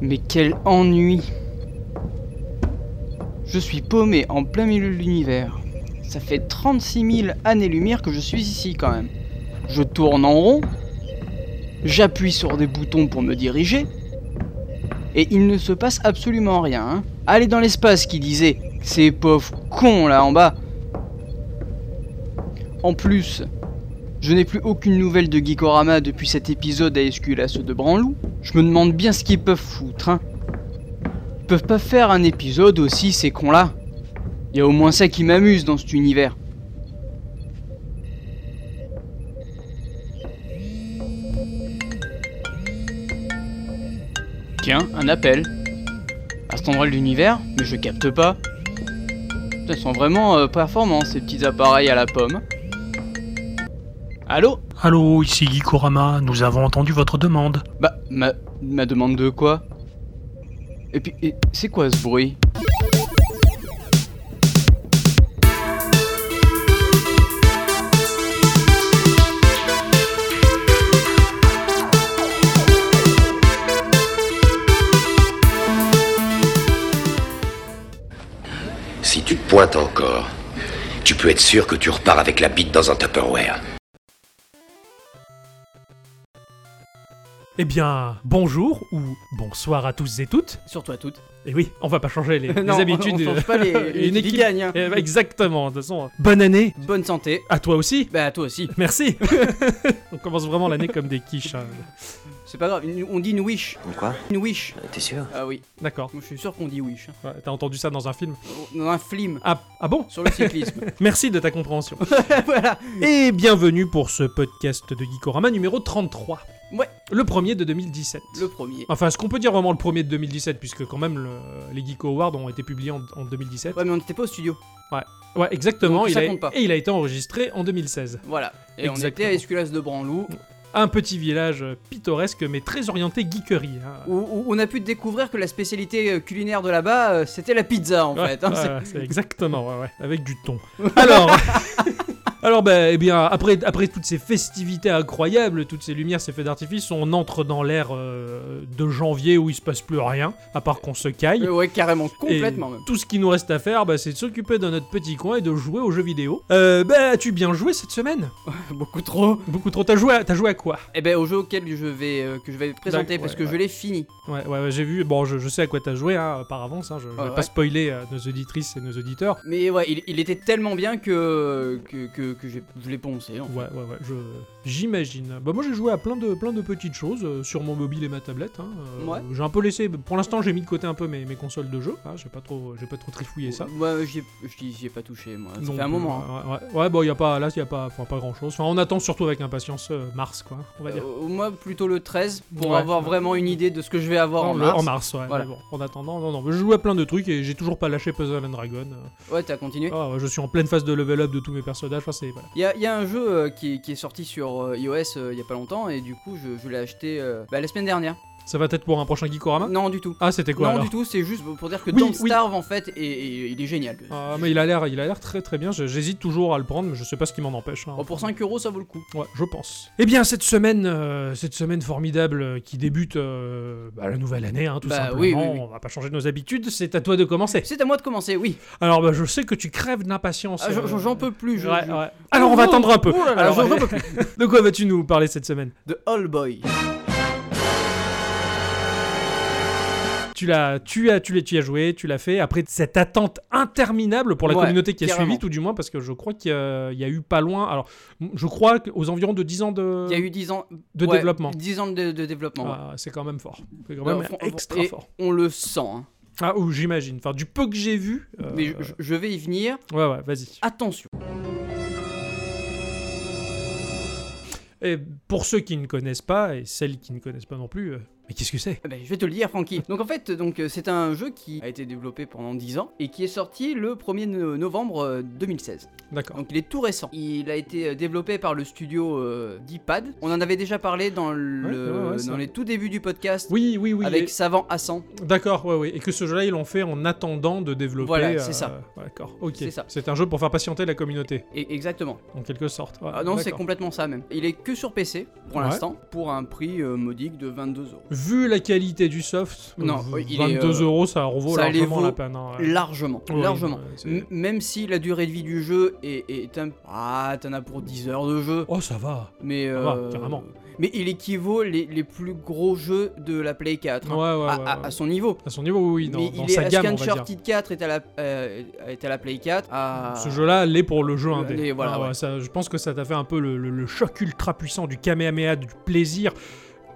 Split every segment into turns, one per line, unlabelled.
Mais quel ennui Je suis paumé en plein milieu de l'univers. Ça fait 36 000 années-lumière que je suis ici quand même. Je tourne en rond, j'appuie sur des boutons pour me diriger, et il ne se passe absolument rien. hein. Allez dans l'espace qui disait ces pauvres cons là en bas. En plus, je n'ai plus aucune nouvelle de Geekorama depuis cet épisode à Esculasse de Branloup. Je me demande bien ce qu'ils peuvent foutre, hein. Ils peuvent pas faire un épisode aussi, ces cons-là. Y a au moins ça qui m'amuse dans cet univers. Tiens, un appel. À cet endroit de l'univers Mais je capte pas. Putain, Ils sont vraiment euh, performants, ces petits appareils à la pomme. Allô
Allô, ici Gikorama, nous avons entendu votre demande.
Bah, ma, ma demande de quoi Et puis, et c'est quoi ce bruit
Si tu te pointes encore, tu peux être sûr que tu repars avec la bite dans un Tupperware.
Eh bien, bonjour ou bonsoir à tous et toutes.
Surtout à toutes.
Et oui, on va pas changer les, les
Non,
habitudes.
on change pas les, les
Une
qui
équipe.
gagnent, hein.
Eh ben, Exactement, de toute façon. Bonne année
Bonne santé.
À toi aussi
Bah, à toi aussi.
Merci On commence vraiment l'année comme des quiches. hein.
C'est pas grave, une- on dit une wish.
Quoi Euh,
Une wish.
T'es sûr
Ah oui,
D'accord.
moi je suis sûr qu'on dit wish. hein.
Ouais, T'as entendu ça dans un film
Dans un film
ah, ah bon
sur le cyclisme.
Merci de ta compréhension.
voilà.
et bienvenue pour ce podcast de Gikorama numéro 33.
Ouais.
Le premier de 2017.
Le premier.
Enfin, ce qu'on peut dire vraiment le premier de 2017, puisque quand même le- les Geeko Awards ont été publiés en, en 2017. Ouais,
Ouais, mais on n'était pas au studio.
exactement.
Donc,
il
ça
a-
compte pas.
et il a été enregistré en 2016.
Voilà. Et on était
Exactement.
à Esculasse de Branloup,
Un petit village euh, pittoresque, mais très orienté geekerie. hein.
où, où on a pu découvrir que la spécialité euh, culinaire de là-bas, euh, c'était la pizza en
Ouais,
fait. hein.
ouais,
C'est-
ouais, c'est exactement, ouais, ouais, avec du thon. Alors, alors bah, eh bien, après, après toutes ces festivités incroyables, toutes ces lumières, ces feux d'artifice, on entre dans l'ère euh, de janvier où il se passe plus rien, à part qu'on se caille.
Euh, ouais, carrément,
Et
complètement même.
Tout ce qui nous reste à faire, bah, c'est de s'occuper de notre petit coin et de jouer aux jeux vidéo. Euh, bah, as-tu bien joué cette semaine
Beaucoup trop.
Beaucoup trop. T'as joué, à... t'as joué à quoi
Et ben, au jeu auquel je vais, euh, que je vais présenter,
D'accord,
parce
ouais,
que
ouais.
je l'ai fini.
Ouais, ouais, ouais, j'ai vu. Bon, je, je sais à quoi t'as joué hein, par avance. hein, je je
Ah
vais
ouais.
pas spoiler euh, nos auditrices et nos auditeurs.
Mais ouais, il, il était tellement bien que, que, que, que j'ai- je l'ai poncé. hein. en fait.
Ouais, ouais, ouais, je, j'imagine. Bah, moi, j'ai joué à plein de, plein de petites choses euh, sur mon mobile et ma tablette. hein, euh,
Ouais.
J'ai un peu laissé. Pour l'instant, j'ai mis de côté un peu mes, mes consoles de jeu. hein, j'ai pas trop, j'ai pas trop trifouillé ça.
Ouais, j'y ai, j'y- j'y ai pas touché moi. Ça
Non
fait un
plus,
moment. hein.
Ouais, ouais, ouais, bon, y a pas, là, il a pas, enfin, pas grand chose. on attend surtout avec impatience euh, mars, quoi, on va dire.
Euh, moi plutôt le 13 pour
Ouais.
avoir vraiment une idée de ce que je vais avoir en
Le-
mars.
ouais.
Voilà.
mais bon, en attendant, non, non, mais je joue à plein de trucs et j'ai toujours pas lâché Puzzle and Dragon. euh.
Ouais, t'as continué.
Ah, ouais, je suis en pleine phase de level up de tous mes personnages. Enfin, c'est, voilà.
Il y, a- il y a un jeu euh, qui, qui est sorti sur euh, iOS euh, il y a pas longtemps et du coup je, je l'ai acheté euh, bah, la semaine dernière.
Ça va être pour un prochain Geekorama
Non du tout.
Ah, c'était quoi
non
alors
du tout, c'est juste pour dire que
Oui,
Don't
oui.
Starve en fait et, et il est génial.
Ah, mais il a l'air, il a l'air très très bien. Je- J'hésite toujours à le prendre, mais je sais pas ce qui m'en empêche. hein.
Oh, pour 5 euros ça vaut le coup.
Ouais, je pense. Eh bien, cette semaine, euh, cette semaine formidable euh, qui débute euh, bah, la nouvelle année, hein, tout
Bah,
simplement.
oui, oui, oui.
On va pas changer nos habitudes. C'est à toi de commencer.
C'est à moi de commencer, oui.
Alors, bah, je sais que tu crèves d'impatience.
Ah, j'en-
euh,
J'en peux plus. Je,
ouais,
je-
ouais. Alors, on va
Oh,
attendre un peu.
oh là là,
Alors,
j'en peux
de quoi vas-tu nous parler cette semaine
De All Boy.
Tu l'as, tu as, tu l'as, tu y as joué, tu l'as fait. Après cette attente interminable pour la
Ouais,
communauté qui a
carrément.
suivi, tout du moins, parce que je crois qu'il y a, il y a eu pas loin. Alors, je crois aux environs de 10 ans de,
Il y a eu 10 ans
de
ouais,
développement.
10 ans de, de développement. ouais.
Ah, c'est quand même fort. C'est quand
Non,
même
fran-
extra
et-
fort.
On le sent. hein.
Ah, ou j'imagine. Enfin, du peu que j'ai vu. euh,
Mais je- je- je vais y venir.
Ouais, ouais, vas-y.
Attention.
Et pour ceux qui ne connaissent pas, et celles qui ne connaissent pas non plus, euh, mais qu'est-ce que c'est
Ah ben, je vais te le dire, Francky. Donc en fait, donc euh, c'est un jeu qui a été développé pendant 10 ans et qui est sorti le 1er no- novembre euh, 2016.
D'accord.
Donc il est tout récent. Il a été euh, développé par le studio euh, d'Ipad. On en avait déjà parlé dans, le,
Ouais, ouais, ouais, ça-
dans les tout débuts du podcast
Oui, oui, oui.
avec Savant Hassan.
et- D'accord, ouais, ouais. Et que ce jeu-là, ils l'ont fait en attendant de développer. euh,
Voilà, c'est ça.
ouais, D'accord, ok.
C'est ça.
C'est un jeu pour faire patienter la communauté,
Et- exactement.
en quelque sorte. Ouais,
Ah non, c'est
d'accord.
complètement ça même. Il est que sur PC pour
Ouais.
l'instant pour un prix euh, modique de 22 euros.
vu la qualité du soft,
Non,
v-
il est,
22
euh,
euros, ça revaut
ça les
largement
vaut
la peine. hein, ouais.
Largement,
Oui,
largement.
ouais, c'est-
M- même si la durée de vie du jeu est, est un... Ah, t'en as pour 10 heures de jeu.
Oh, ça va.
Mais,
Ça va,
euh,
bah, carrément.
mais il équivaut les, les plus gros jeux de la Play 4 hein,
Ouais, ouais, ouais.
à, à-
ouais.
à son niveau.
À son niveau, oui, dans,
mais
dans
il est
sa
à
gamme, on va dire.
Uncharted 4 est à la, euh, est à la Play 4. À...
Ce jeu-là l'est pour le jeu
Le
indé.
indé, Euh, voilà,
Ah ouais,
ouais.
ça, je pense que ça t'a fait un peu le, le- le choc ultra puissant du kamehameha, du plaisir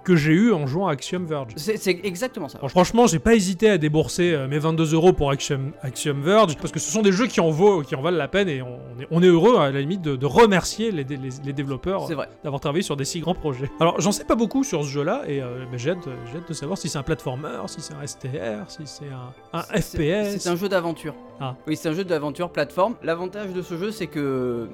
que j'ai eu en jouant à Axiom Verge.
C'est c'est exactement ça.
Alors, franchement, j'ai pas hésité à débourser euh, mes 22 euros pour Axiom, Axiom Verge parce que ce sont des jeux qui en, vaut, qui en valent la peine et on, on est, on est heureux à la limite de, de remercier les, dé- les- les développeurs
C'est vrai.
d'avoir travaillé sur des si grands projets. Alors, j'en sais pas beaucoup sur ce jeu-là, et euh, mais j'ai hâte, de- j'ai hâte de savoir si c'est un platformer, si c'est un STR, si c'est un, un
C'est- c'est-
FPS.
C'est un jeu d'aventure.
Ah.
Oui, c'est un jeu d'aventure plateforme. L'avantage de ce jeu, c'est que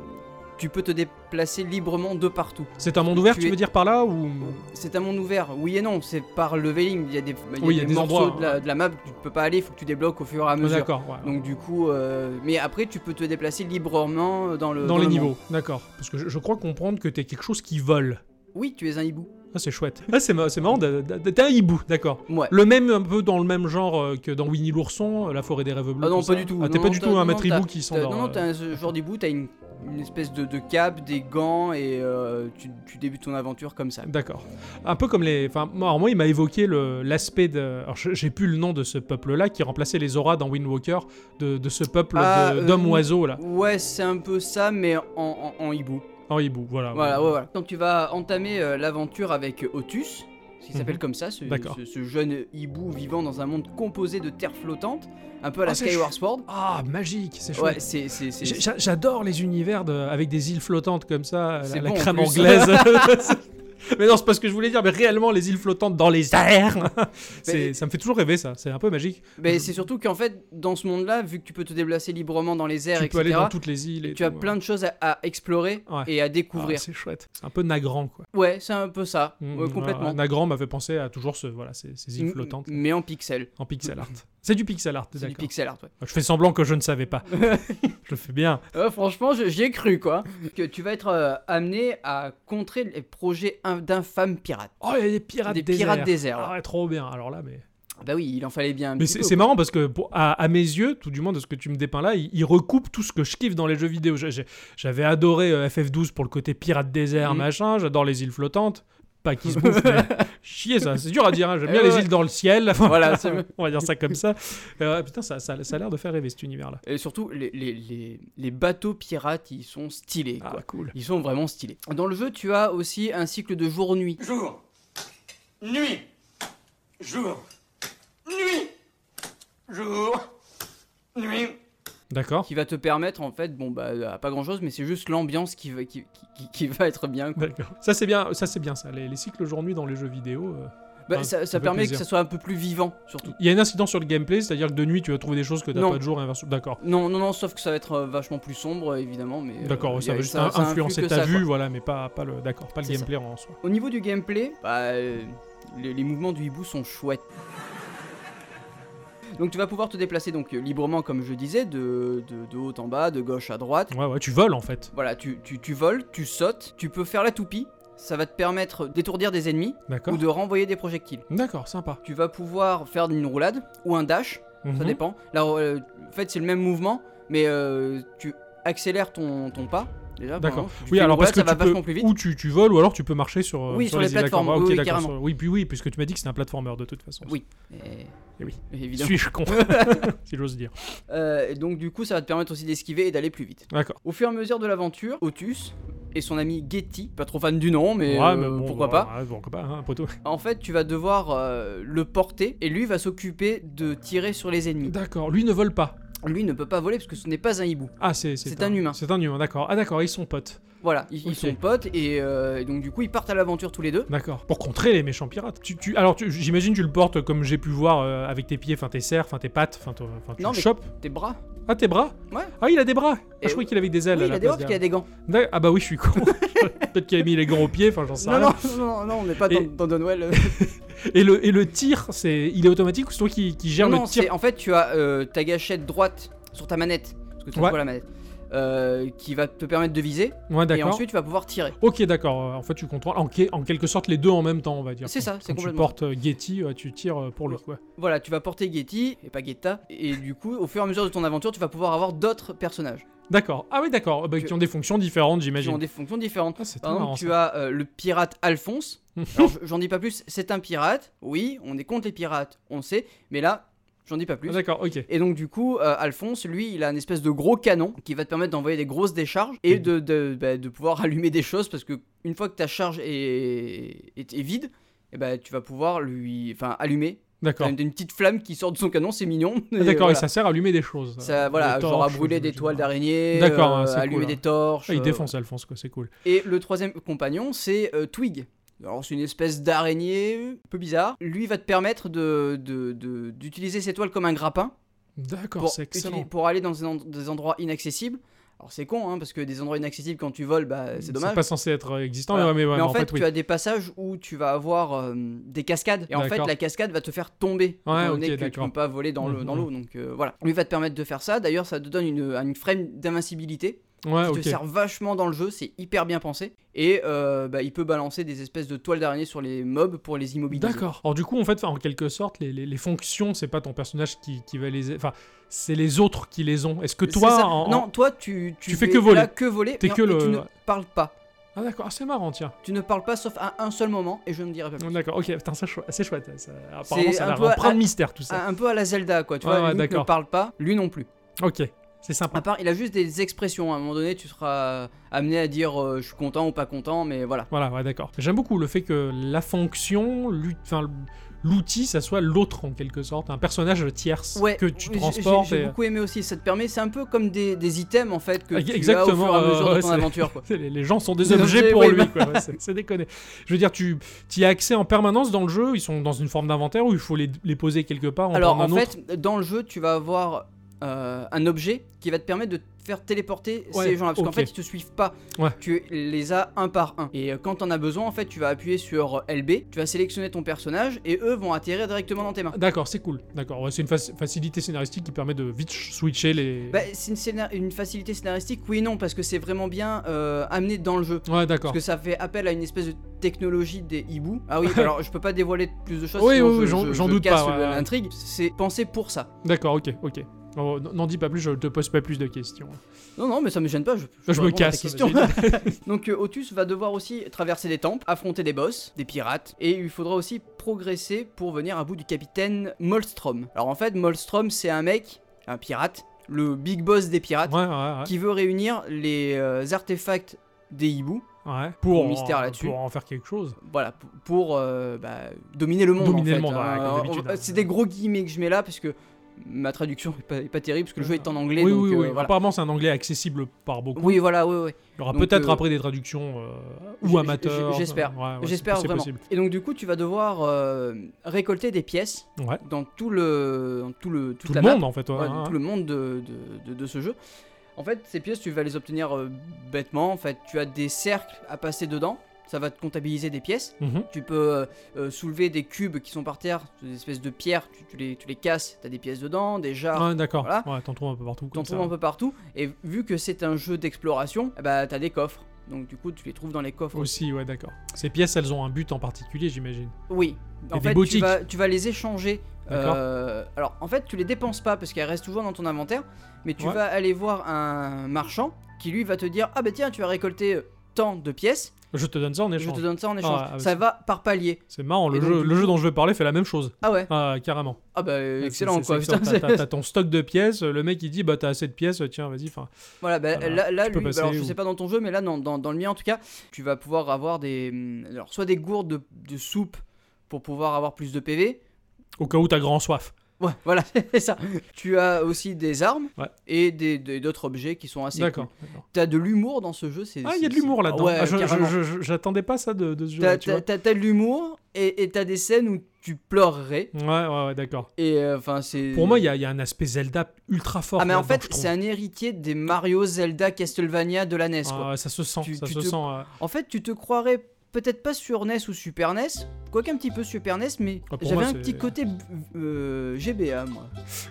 tu peux te déplacer librement de partout.
C'est un monde ouvert,
tu
tu
es-
veux dire par là ou...
C'est un monde ouvert, oui et non, c'est par leveling. Il y a des, il y a
Oui, il y a
des
des
morceaux
endroits,
de, la, de la map que tu peux pas aller, il faut que tu débloques au fur et à
Ah,
mesure.
D'accord, ouais.
Donc du coup, euh, mais après tu peux te déplacer librement dans le
dans,
le
les
monde.
niveaux, d'accord. Parce que je, je crois comprendre que t'es quelque chose qui vole.
Oui, tu es un hibou.
Ah, c'est chouette. Ah, c'est ma- c'est marrant, d'a- d'a- t'es un hibou, d'accord.
Ouais.
Le même, un peu dans le même genre euh, que dans Winnie l'ourson, euh, La forêt des rêves bleus.
Ah non,
tout
pas
ça.
du tout.
Ah, t'es
Non,
pas
non,
du
t'as-
tout un
non,
maître
t'as-
hibou qui
T'as-
s'endort.
non, non,
euh.
t'as ce genre d'hibou, t'as une, une espèce de, de cape, des gants et euh, tu, tu débutes ton aventure comme ça.
D'accord. Un peu comme les. Enfin, moi, alors moi, il m'a évoqué le- l'aspect de. Alors, je- j'ai plus le nom de ce peuple-là qui remplaçait les auras dans Wind Walker, de, de ce peuple
Ah, euh,
d'hommes-oiseaux, là,
Ouais, c'est un peu ça, mais en, en- en hibou.
en hibou. Voilà.
Voilà, ouais, voilà. Quand tu vas entamer euh, l'aventure avec Otus, ce qui
Mhm.
s'appelle comme ça, ce,
D'accord.
ce- ce jeune hibou vivant dans un monde composé de terre flottante, un peu à la
Ah, c'est
Skyward Sword.
Ah, magique, c'est chouette.
Ouais, c'est. c'est- c'est-
J'ai- j'a- J'adore les univers de- avec des îles flottantes comme ça, la,
C'est
la
bon, en
crème
plus.
anglaise. mais non, c'est pas ce que je voulais dire, mais réellement, les îles flottantes dans les airs. C'est-
Mais-
Ça me fait toujours rêver, ça. C'est un peu magique.
Mais c'est surtout qu'en fait, dans ce monde-là, vu que tu peux te déplacer librement dans les airs,
Tu peux
etc.,
aller dans toutes les îles. Et
tu as plein de choses à, à explorer
Ouais.
et à
de
découvrir.
c'est chouette. C'est un peu Nagran, quoi.
ouais, c'est un peu ça,
Mm,
ouais,
mm,
complètement. Mmh,
ouais, Nagran m'a fait penser à toujours ce, voilà, ces, ces îles
M-
flottantes
Mais en pixel.
en pixel art. C'est du pixel art, t'es
Mmh, C'est du
d'accord.
pixel art, ouais.
Je fais semblant que je ne savais pas. je le fais bien.
Euh, franchement, je- j'y ai cru, quoi. que tu vas être euh, amené à contrer les projets in- d'infâmes pirates.
Oh, il y a des pirates
des
déserts.
pirates déserts.
Ah ouais, trop bien. Alors là, mais.
Bah oui, il en fallait bien. un
Mais
petit
c'est
peu,
c'est
quoi.
marrant parce que pour- à, à mes yeux, tout du moins de ce que tu me dépeins là, il, il recoupe tout ce que je kiffe dans les jeux vidéo. J'ai- j'ai- J'avais adoré euh, FF12 pour le côté pirate désert,
Mhm.
machin. J'adore les îles flottantes. Pas qu'ils se bouffent, mais chier ça, c'est dur à dire. hein. J'aime
Eh
bien les
ouais.
îles dans le ciel.
Voilà, c'est mieux.
on va dire ça comme ça. Euh, putain, ça, ça, ça a l'air de faire rêver cet univers-là.
Et surtout, les, les- les- les bateaux pirates, ils sont stylés,
Ah,
quoi.
cool.
Ils sont vraiment stylés. Dans le jeu, tu as aussi un cycle de jour-nuit.
Jour. Nuit. Jour. Nuit. Jour. Nuit.
D'accord.
qui va te permettre en fait, bon bah à pas grand chose, mais c'est juste l'ambiance qui va, qui, qui- qui- qui va être bien. quoi.
D'accord. Ça c'est bien, ça c'est bien ça. Les, les cycles jour-nuit dans les jeux vidéo. euh,
Bah,
Ouais,
ça,
ça
ça
fait
permet
plaisir.
que ça soit un peu plus vivant surtout.
Il y a un incident sur le gameplay, c'est-à-dire que de nuit tu vas trouver des choses que t'as
Non.
pas de jour. et inversement. D'accord.
Non, non, non, sauf que ça va être euh, vachement plus sombre euh, évidemment, mais. euh,
D'accord.
y
ça
a-
va juste
ça- ça influe
influencer
que
ta
ça,
vue,
quoi.
voilà, mais pas, pas le, d'accord, pas le
C'est ça.
gameplay en soi.
Au niveau du gameplay, bah, euh, les, les mouvements du hibou sont chouettes. Donc tu vas pouvoir te déplacer donc euh, librement comme je disais, de, de, de haut en bas, de gauche à droite.
Ouais, ouais, tu voles en fait.
Voilà, tu, tu, tu voles, tu sautes, tu peux faire la toupie, ça va te permettre d'étourdir des ennemis
D'accord.
ou de renvoyer des projectiles.
D'accord, sympa.
Tu vas pouvoir faire une roulade ou un dash, ça
Mhm.
dépend. Là, euh, en fait, c'est le même mouvement, mais euh, tu accélères ton, ton pas. Déjà,
D'accord.
vraiment. Tu
Oui,
fais une
alors
roulade,
parce que
ça va
tu
vachement
peux,
plus vite.
ou tu, tu voles ou alors tu peux marcher sur, euh,
Oui, sur les
îles d'accord.
plateformes,
Ah, ok,
oui, oui,
d'accord,
carrément.
sur- oui, puis oui, puisque tu m'as dit que c'était un platformer de toute façon.
Oui. Et-
Eh oui.
Évidemment.
Suis-je con Si j'ose dire.
Euh, et donc, du coup, ça va te permettre aussi d'esquiver et d'aller plus vite.
D'accord.
Au fur et à mesure de l'aventure, Otus et son ami Getty, pas trop fan du nom, mais,
Ouais,
euh,
mais bon,
pourquoi
voilà, ouais, Pourquoi pas hein, après tout.
pas. En fait, tu vas devoir euh, le porter et lui va s'occuper de tirer sur les ennemis.
D'accord. Lui ne vole pas.
Lui ne peut pas voler parce que ce n'est pas un hibou.
Ah, c'est c'est
C'est un humain.
C'est un humain, d'accord. Ah, d'accord, ils sont potes.
Voilà, ils, ils
Ok.
sont potes et euh, donc, du coup, ils partent à l'aventure tous les deux.
D'accord. Pour contrer les méchants pirates. Tu, tu, alors, tu- j'imagine tu le portes comme j'ai pu voir euh, avec tes pieds, enfin tes serres, enfin tes pattes, enfin ton- enfin, tu
Non,
le
mais-
chopes.
Tes bras
Ah, tes bras
Ouais.
Ah, il a des bras. Ah,
Et
je croyais qu'il avait des ailes.
Oui,
à
il
la
a des
place
orques, il a
derrière.
des gants.
D'ac- Ah, bah oui, je suis con. Peut-être qu'il a mis les gants aux pieds, enfin j'en sais
Non,
rien.
non, non, non, on n'est pas
Et-
dans, dans Noël.
Et le, et le tir, c'est, il est automatique ou c'est toi qui, qui gère
non,
le
c'est-
tir
en fait, tu as euh, ta gâchette droite sur ta manette. Parce que tu
Ouais.
vois la manette. euh, qui va te permettre de viser.
Ouais,
Et
d'accord.
ensuite, tu vas pouvoir tirer.
Ok, d'accord. euh, En fait, tu contrôles en, que- en quelque sorte les deux en même temps, on va dire.
C'est ça, c'est
Quand tu
complètement.
portes euh, Getty, euh, tu tires euh, pour lui. quoi.
Voilà, tu vas porter Getty et pas Geta. Et du coup, au fur et à mesure de ton aventure, tu vas pouvoir avoir d'autres personnages
D'accord. Ah oui, d'accord. Bah,
Tu-
Qui ont des fonctions différentes,
qui ont
j'imagine.
des fonctions différentes.
Ah, c'est très
Par exemple,
marrant,
tu
ça.
as euh, le pirate Alphonse. Alors, je- j'en dis pas plus, c'est un pirate. Oui, on est contre les pirates, on le sait. Mais là, j'en dis pas plus.
Ah, d'accord, ok.
Et donc du coup, euh, Alphonse, lui, il a une espèce de gros canon qui va te permettre d'envoyer des grosses décharges et de, de, bah, de pouvoir allumer des choses parce que une fois que ta charge est, est, est vide, eh ben tu vas pouvoir lui, enfin, allumer. T'as
D'accord.
une, une petite flamme qui sort de son canon, c'est mignon.
Ah, d'accord,
Et
et ça sert à allumer des choses.
voilà.
euh,
Ça, voilà,
des
genre à
torches,
brûler des
j'imagine.
toiles d'araignée,
D'accord,
euh,
hein, c'est cool,
allumer
hein.
des torches.
Ah, il
euh,
défonce Alphonse, quoi, c'est cool.
et le troisième compagnon, c'est euh, Twig. Alors, c'est une espèce d'araignée un peu bizarre. Lui va te permettre de- de- de- d'utiliser ses toiles comme un grappin
D'accord,
pour,
c'est
utili-
excellent.
pour aller dans des, end- des endroits inaccessibles. Alors c'est con, hein, parce que des endroits inaccessibles quand tu voles, bah, c'est dommage.
pas censé être euh, existant,
Voilà.
mais, ouais,
Mais
non,
en fait,
oui.
tu as des passages où tu vas avoir euh, des cascades. Et en fait,
D'accord.
la cascade va te faire tomber.
Ouais,
étant
ok,
donné que tu
d'accord.
peux pas voler dans le-
Mhm,
dans l'eau. donc euh, voilà. Lui va te permettre de faire ça. D'ailleurs, ça te donne une, euh, une frame d'invincibilité
Ouais,
qui
Ah, ok.
te sert vachement dans le jeu. C'est hyper bien pensé. Et euh, bah, il peut balancer des espèces de toiles d'araignée sur les mobs pour les immobiliser.
D'accord. Alors du coup, en fait, en quelque sorte, les, les- les fonctions, c'est pas ton personnage qui, qui va les... Enfin, c'est les autres qui les ont. Est-ce que
C'est
toi...
ça.
en- en-
non, toi, tu,
tu fais
es
que voler.
là que voler.
T'es
mais en-
que
et
le-
Tu ne parles pas.
Ah d'accord, ah, c'est marrant, tiens.
Tu ne parles pas sauf à un seul moment et je ne dirai pas plus.
D'accord, ok, putain, c'est chou- c'est chouette. ça- apparemment,
C'est
ça a
un
l'air
peu
un
à-
brin de mystère, tout ça.
Un un peu à la Zelda, quoi. Tu
Ouais, ouais,
vois, lui ne
d'accord.
parle pas, lui non plus.
Ok, c'est
À
sympa.
part, il a juste des expressions. À un moment donné, tu seras amené à dire euh, je suis content ou pas content, mais voilà.
Voilà, ouais, d'accord. J'aime beaucoup le fait que la fonction, l'ut- enfin, l'outil, ça soit l'autre en quelque sorte, un personnage tierce
Ouais,
que tu
j'ai-
transportes.
J'ai j'ai
et-
beaucoup aimé aussi. Ça te permet, c'est un peu comme des, des items en fait que
Ah,
tu as au
exactement,
fur et à mesure
euh,
de
ouais,
ton
c'est-
aventure, quoi.
Les, les gens sont des,
Des
objets,
objets,
pour
oui,
lui,
bah.
quoi. Ouais, c'est c'est déconné. Je veux dire, tu, tu y as accès en permanence dans le jeu, ils sont dans une forme d'inventaire où il faut les, les poser quelque part. en
Alors en
prendre un autre.
fait, dans le jeu, tu vas avoir euh, un objet qui va te permettre de te faire téléporter
Ouais,
ces gens-là parce qu'en
ok.
fait, ils te suivent pas.
Ouais.
Tu les as un par un. Et euh, quand t'en as besoin, en fait, tu vas appuyer sur LB, tu vas sélectionner ton personnage et eux vont atterrir directement dans tes mains.
D'accord, c'est cool. D'accord, ouais, c'est une faci- facilité scénaristique qui permet de vite ch- switcher les.
Bah, c'est une, scénar- une facilité scénaristique, oui et non, parce que c'est vraiment bien euh, amené dans le jeu.
ouais,
Parce
d'accord.
que ça fait appel à une espèce de technologie des hiboux. Ah oui, alors je peux pas dévoiler plus de choses.
Oui,
sinon
oui, oui,
je-
j'en-
je-
j'en
je
doute pas,
casse
ouais, ouais.
L'intrigue, c'est pensé pour ça.
D'accord, ok, ok. Oh, n- N'en dis pas plus, je te pose pas plus de questions.
Non, non, mais ça me gêne pas. Je,
Je, me
réponds à ta
casse.
question.
vas-y.
Donc euh, Otus va devoir aussi traverser des temples, affronter des boss, des pirates, et il faudra aussi progresser pour venir à bout du capitaine Molstrom. Alors en fait, Molstrom c'est un mec, un pirate, le big boss des pirates,
Ouais, ouais, ouais.
qui veut réunir les euh, artefacts des hiboux,
Ouais. Pour,
mystère là-dessus.
pour en faire quelque chose.
voilà, p- pour euh, bah, dominer le monde.
Dominer
en fait,
le monde, ouais,
hein.
comme d'habitude,
On-
hein.
C'est des gros guillemets que je mets là parce que ma traduction est pas, est pas terrible parce que le jeu est en anglais.
oui,
donc,
oui,
euh,
oui.
voilà.
Apparemment, c'est un anglais accessible par beaucoup.
Oui, voilà, oui, oui.
Il y aura
Donc,
peut-être
euh,
après des traductions euh,
j-
ou
j-
amateurs.
j- j'espère.
Ouais, Ah ouais, c'est-
J'espère
c'est
vraiment.
possible.
Et donc du coup, tu vas devoir euh, récolter des pièces
Ouais.
dans tout le, dans tout le, toute
Tout
la
le
map,
monde, hein. en fait. ouais,
ouais, de
ouais,
tout le monde de, de- de- de ce jeu. En fait, ces pièces, tu vas les obtenir euh, bêtement. En fait, tu as des cercles à passer dedans. Ça va te comptabiliser des pièces.
Mhm.
Tu peux euh, euh, soulever des cubes qui sont par terre, des espèces de pierres. Tu, tu les, tu les casses. T'as des pièces dedans, des jarres.
Ouais, d'accord.
Ah, Voilà.
Ouais, t'en trouves un peu partout.
T'en
comme ça.
trouves un peu partout. Et vu que c'est un jeu d'exploration, eh bah t'as des coffres. Donc du coup, tu les trouves dans les coffres.
Aussi, ouais, d'accord. Ces pièces, elles ont un but en particulier, j'imagine.
Oui. En
des
fait, tu
boutiques.
vas, tu vas les échanger.
D'accord.
Euh, alors, en fait, tu les dépenses pas parce qu'elles restent toujours dans ton inventaire, mais tu
Ouais.
vas aller voir un marchand qui lui va te dire ah bah tiens, tu as récolté euh, tant de pièces,
Je te donne ça en
je
échange.
te donne ça en échange.
ah bah,
ça
c'est-
va par palier.
C'est marrant,
Et
le
donc,
jeu,
du
le
coup-
jeu dont je vais parler fait la même chose.
Ah ouais.
Ah, carrément.
Ah bah euh,
C'est-
excellent
c'est-
quoi.
c'est
Putain,
excellent. T'as
c'est-
t'as ton stock de pièces, le mec il dit bah t'as assez de pièces, tiens vas-y. Enfin,
Voilà, bah,
Voilà,
là, là,
tu peux
lui,
passer
alors je
ou-
sais pas dans ton jeu, mais là, dans, dans, dans le mien en tout cas, tu vas pouvoir avoir des. hum, Alors, soit des gourdes de, de soupe pour pouvoir avoir plus de PV.
au cas où t'as grand soif.
Ouais, voilà, c'est ça. Tu as aussi des armes
Ouais.
et des- des- d'autres objets qui sont assez.
D'accord.
cool.
d'accord.
T'as de l'humour dans ce jeu, c'est.
Ah, il y
c'est-
a de l'humour
c'est-
là-dedans.
Ouais,
Ah, je- je-
carrément.
je- je- J'attendais pas ça de, de ce jeu.
T'as-
là, tu
T'as t'as- t'as de l'humour et et t'as des scènes où tu pleurerais.
vois. Ouais, ouais, ouais, d'accord.
Et euh, enfin, c'est.
Pour moi, il y, a- il y a un aspect Zelda ultra fort.
Ah, mais en
là-dedans,
fait,
je trouve.
c'est un héritier des Mario, Zelda, Castlevania de la NES, quoi.
Ah, ouais, ça se sent,
Tu-
ça
tu
se
te-
sent. euh,
En fait, tu te croirais peut-être pas sur NES ou Super NES, quoique un petit peu Super NES, mais
Ah, pour
j'avais
moi,
un
c'est-
petit côté euh, GBA, moi.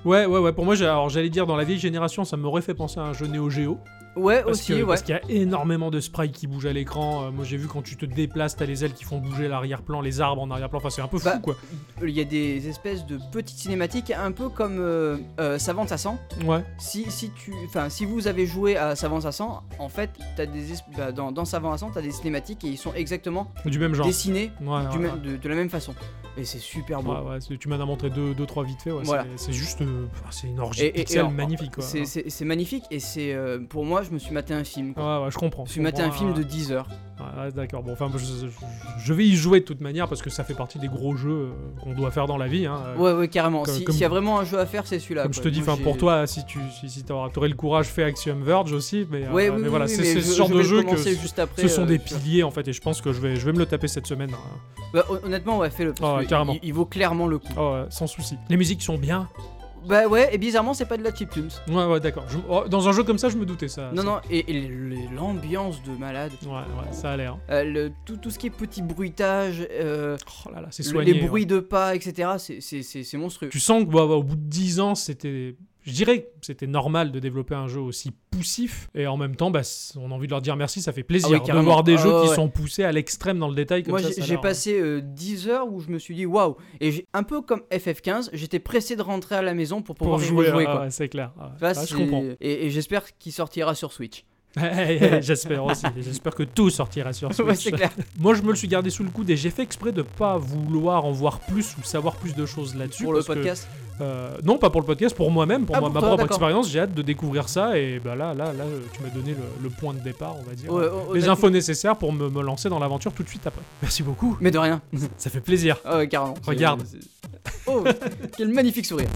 Ouais, ouais, ouais. Pour moi, j'ai- alors, j'allais dire dans la vieille génération, ça m'aurait fait penser à un jeu Neo Geo.
Ouais,
Parce
aussi,
que-
ouais.
parce qu'il y a énormément de sprites qui bougent à l'écran. Euh, moi, j'ai vu quand tu te déplaces, t'as les ailes qui font bouger l'arrière-plan, les arbres en arrière-plan. Enfin, c'est un peu fou,
Bah,
quoi.
Il y a des espèces de petites cinématiques, un peu comme euh, euh, Savant à 100.
Ouais.
Si, si, tu, enfin, si vous avez joué à Savant à 100, en fait, as des, es- bah, dans, dans Savant à 100, t'as des cinématiques et ils sont exactement
Du même genre.
dessinés
Ouais, ouais,
du
ouais.
même- de, de la même façon. Et c'est super beau.
Ouais, ouais, c'est- tu m'en as montré deux, deux, trois vite fait. ouais, c'est-
Voilà.
C'est juste, euh, enfin, c'est une orgie
Et-
de
et- et
pixels
en-
magnifique. Quoi.
C'est- C'est c'est magnifique et c'est euh, pour moi, je me suis maté un film. quoi.
Ouais, ouais, je comprends.
Je me
je
suis maté un
comprends, hein.
film
ouais.
de 10 heures.
Ouais, ouais, D'accord. Bon, enfin, je, je- je vais y jouer de toute manière parce que ça fait partie des gros jeux euh, qu'on doit faire dans la vie. hein. Euh,
Ouais, ouais, carrément.
Comme-
Si- S'il
comme-
y a vraiment un jeu à faire, c'est celui-là.
Comme je
quoi.
te dis,
Moi,
enfin pour
j'ai-
toi, si tu si, si t'auras- t'aurais le courage, fais Axiom Verge aussi. Mais, euh,
Ouais, oui,
mais
oui,
voilà,
oui,
c'est
mais
c'est
je-
ce genre
je
de
vais le
jeu que
commencer
ce
juste après,
sont
euh,
des
tu vois.
piliers en fait, et je pense que je vais je vais me le taper cette semaine. hein.
Bah, hon- honnêtement, ouais, fais-le. parce
Ah ouais,
que
carrément.
Il, il vaut clairement le coup.
Oh, ouais, sans souci. Les musiques sont bien.
Bah ouais, et bizarrement, c'est pas de la chiptunes.
Ouais, ouais, d'accord. Je- oh, dans un jeu comme ça, je me doutais ça.
Non,
ça-
non, et, et le- l'ambiance de malade,
Ouais, ouais, ça hein. a l'air.
euh, le- tout, tout ce qui est petit bruitage, euh,
Oh là là, c'est
le-
soigné.
les
ouais.
bruits de pas, etc., c'est- c'est c'est- c'est monstrueux.
Tu sens que bah, bah, au bout de 10 ans, c'était. Je dirais que c'était normal de développer un jeu aussi poussif. Et en même temps, bah, c- on a envie de leur dire merci, ça fait plaisir
Ah oui,
de
carrément.
voir des
Ah
jeux qui
ouais.
sont poussés à l'extrême dans le détail. Comme
Moi,
ça,
j'ai
ça a
j'ai
l'air- hein.
passé euh, 10 heures où je me suis dit waouh, et j'ai- un peu comme FF15, j'étais pressé de rentrer à la maison pour
pour
pouvoir y
jouer.
rejouer,
ah
quoi.
ouais, c'est clair. Ah ouais.
Tu vois,
Ah, je
c'est-
comprends.
Et, et j'espère qu'il sortira sur Switch.
Hey, hey, hey, j'espère aussi. J'espère que tout sortira sur Switch.
Ouais, c'est clair.
Moi, je me le suis gardé sous le coude et j'ai fait exprès de pas vouloir en voir plus ou savoir plus de choses là-dessus.
Pour le
parce que,
podcast.
euh, non, pas pour le podcast, pour moi-même, pour
Ah,
moi,
pour
ma
toi,
propre
d'accord.
expérience. J'ai hâte de découvrir ça et bah, là, là, là, tu m'as donné le, le point de départ, on va dire.
Ouais, hon-
les
honnêtement-
infos nécessaires pour me, me lancer dans l'aventure tout de suite après. Merci beaucoup,
Mais de rien.
ça fait plaisir.
Ah ouais, carrément. C'est-
Regarde.
c'est- Oh, quel magnifique sourire.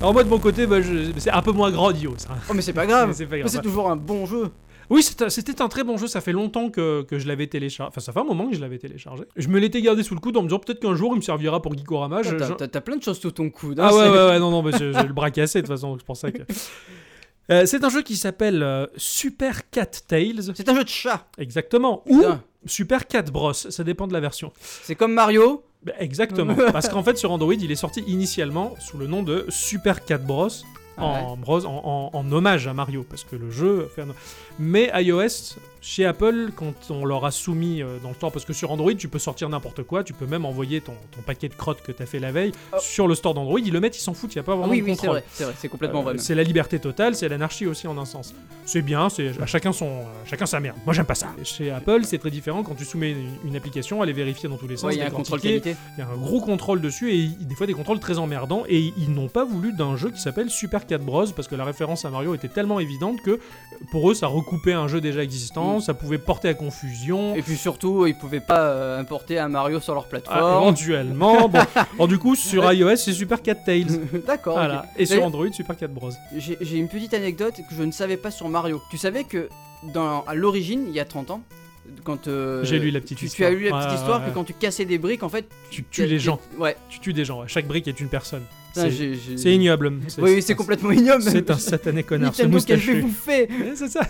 Alors, moi, de mon côté, bah, je- c'est un peu moins grandiose. hein.
Oh, mais c'est pas grave.
Mais c'est pas grave.
Mais C'est toujours un bon jeu.
Oui, c'est un- c'était un très bon jeu. Ça fait longtemps que, que je l'avais téléchargé. Enfin, ça fait un moment que je l'avais téléchargé. Je me l'étais gardé sous le coude en me disant peut-être qu'un jour il me servira pour Geekorama. Je-
T'as-
je-
T'as t'as plein de choses sous ton coude. hein,
Ah ouais,
c'est-
ouais, ouais, non, non, mais j'ai j'ai le bras cassé de toute façon, donc c'est pour ça que. Euh, c'est un jeu qui s'appelle euh, Super Cat Tales,
C'est un jeu de chat.
exactement, ou
Putain.
Super Cat Bros, ça dépend de la version.
C'est comme Mario.
Bah, exactement, parce qu'en fait sur Android, il est sorti initialement sous le nom de Super Cat Bros. En, bros, en, en- en hommage à Mario, parce que le jeu. fait un- Mais iOS Chez Apple, quand on leur a soumis euh, dans le store, parce que sur Android, tu peux sortir n'importe quoi, tu peux même envoyer ton, ton paquet de crottes que t'as fait la veille
Oh.
sur le store d'Android, ils le mettent, ils s'en foutent, il n'y a pas vraiment
oui,
de
oui, c'est
contrôle.
vrai, c'est vrai, c'est complètement
Euh,
vrai. même.
c'est la liberté totale, c'est l'anarchie aussi en un sens. C'est bien, c'est à chacun son, à chacun sa merde. Moi j'aime pas ça. Chez Apple, c'est très différent. Quand tu soumets une, une application, elle est vérifiée dans tous les sens,
Ouais, il y a un contrôle
décortiquée.
qualité.
Il y a un gros contrôle dessus et des fois des contrôles très emmerdants et ils n'ont pas voulu d'un jeu qui s'appelle Super Cat Bros parce que la référence à Mario était tellement évidente que pour eux ça recoupait un jeu déjà existant, ça pouvait porter à confusion.
Et puis surtout, ils pouvaient pas euh, importer un Mario sur leur
Ah,
plateforme.
éventuellement, bon. Alors, du coup, sur iOS, c'est Super Cat Tales.
D'accord. Mm. ok.
Voilà. Et sur
D'ailleurs-
Android, Super Cat Bros.
J'ai j'ai une petite anecdote que je ne savais pas sur Mario. Tu savais que dans, à l'origine, il y a 30 ans, quand euh,
J'ai lu la petite
tu, tu
histoire.
as lu la petite
Ouais,
histoire
ouais, ouais.
que quand tu cassais des briques, en fait,
Tu tues les gens.
Ouais.
Tu tues des gens. ouais. Chaque brique est une personne.
Putain,
C'est-
Ah, j'ai- j'ai-
C'est ignoble.
Oui, oui, c'est complètement ignoble.
C'est un satané connard, ce
Nintendo, qu'est-ce que je
moustachu.
vous fais
Ouais, C'est ça.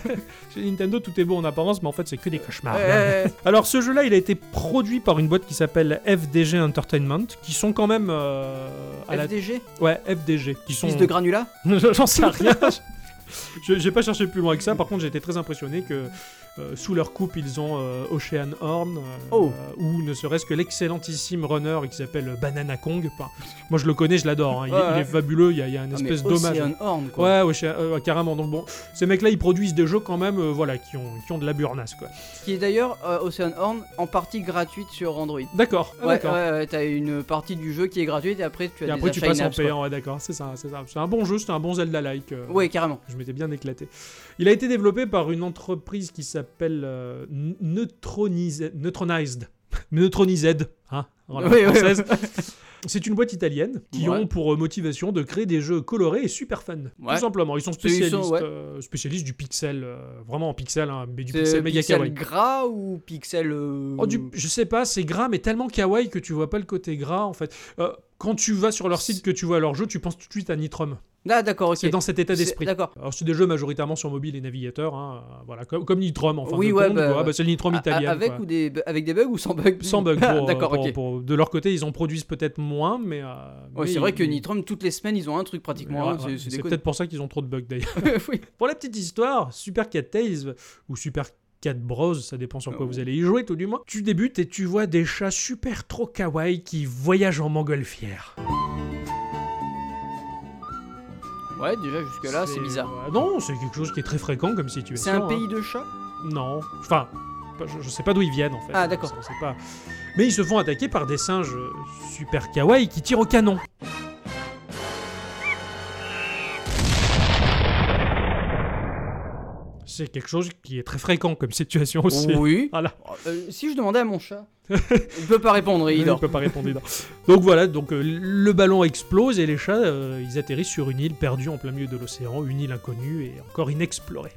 Chez Nintendo, tout est beau en apparence, mais en fait, c'est que des cauchemars.
Ouais.
Alors ce jeu-là, il a été produit par une boîte qui s'appelle FDG Entertainment, qui sont quand même euh, à la
FDG,
ouais FDG, qui sont
fils de granula. Ah,
j'en sais rien. Je- J'ai pas cherché plus loin que ça. Par contre, j'ai été très impressionné que euh, sous leur coupe, ils ont euh, Ocean Horn euh,
Oh.
ou ne serait-ce que l'excellentissime runner qui s'appelle Banana Kong. Enfin, moi, je le connais, je l'adore. hein. Il, est-
Ouais,
il est
ouais.
fabuleux. Il y a, il y a une
Ah,
espèce
mais
d'hommage.
Ocean Horn, quoi.
Ouais, Ocean- euh, carrément. Donc bon, ces mecs-là, ils produisent des jeux quand même, euh, voilà, qui ont, qui ont de la burnasse, quoi.
Qui est d'ailleurs euh, Ocean Horn en partie gratuite sur Android.
D'accord. ah,
ouais,
d'accord.
ouais, ouais, t'as une partie du jeu qui est gratuite et après tu as
Et
des
après, tu
achats
passes en
in-apps, quoi.
payant, ouais, d'accord, c'est ça, c'est ça. C'est un bon jeu, c'était un bon Zelda-like. euh,
Ouais, carrément.
Je m'étais bien éclaté. Il a été développé par une entreprise qui s'appelle euh, N- Neutronize- Neutronized. Neutronized, hein, en langue
Oui, oui,
française. C'est une boîte italienne qui
Ouais.
ont pour euh, motivation de créer des jeux colorés et super fun.
Ouais.
Tout simplement. Ils sont
Ils sont,
spécialistes,
ouais.
euh, spécialistes du pixel, euh, vraiment en pixel, hein, mais du
C'est
pixel méga
pixel
kawaii.
gras ou pixel. euh,
Oh, du- je sais pas, c'est gras, mais tellement kawaii que tu vois pas le côté gras en fait. Euh, quand tu vas sur leur site, que tu vois leur jeu, tu penses tout de suite à Nitrom.
Ah, d'accord, ok.
C'est dans cet état
C'est-
d'esprit.
D'accord.
Alors c'est des jeux majoritairement sur mobile et navigateur, hein, euh, voilà, comme, comme Nitrom en fin
Oui,
de
ouais,
compte,
bah,
quoi. Bah, c'est le Nitrom
A- a-
italien.
avec,
quoi.
ou des, bu- avec des bugs ou sans bug
Sans bug.
Ah,
Pour, euh,
D'accord,
pour-
ok.
pour- de leur côté, ils en produisent peut-être moins, mais. euh,
Ouais,
mais
c'est vrai
ils-
que Nitrom, toutes les semaines, ils ont un truc pratiquement.
Ouais,
hein,
ouais,
c'est- c'est
c'est
déconné.
peut-être pour ça qu'ils ont trop de bugs d'ailleurs.
Oui.
pour la petite histoire, Super Cat Tales ou Super Cat Bros, ça dépend sur quoi
Oh.
vous allez y jouer tout du moins. Tu débutes et tu vois des chats super trop kawaii qui voyagent en montgolfière.
Ouais, déjà jusque-là, c'est bizarre.
ouais, euh, Non, c'est quelque chose qui est très fréquent comme situation.
C'est un
hein.
pays de chats
Non. Enfin, pas- je, je sais pas d'où ils viennent en fait.
Ah, d'accord.
On sait pas. Mais ils se font attaquer par des singes euh, super kawaii qui tirent au canon. C'est quelque chose qui est très fréquent comme situation aussi.
Oui.
Voilà.
Euh, si je demandais à mon chat, il peut pas répondre, il
Il ne
dort.
peut pas répondre. il dort. Donc voilà, donc euh, le ballon explose et les chats, euh, ils atterrissent sur une île perdue en plein milieu de l'océan, une île inconnue et encore inexplorée.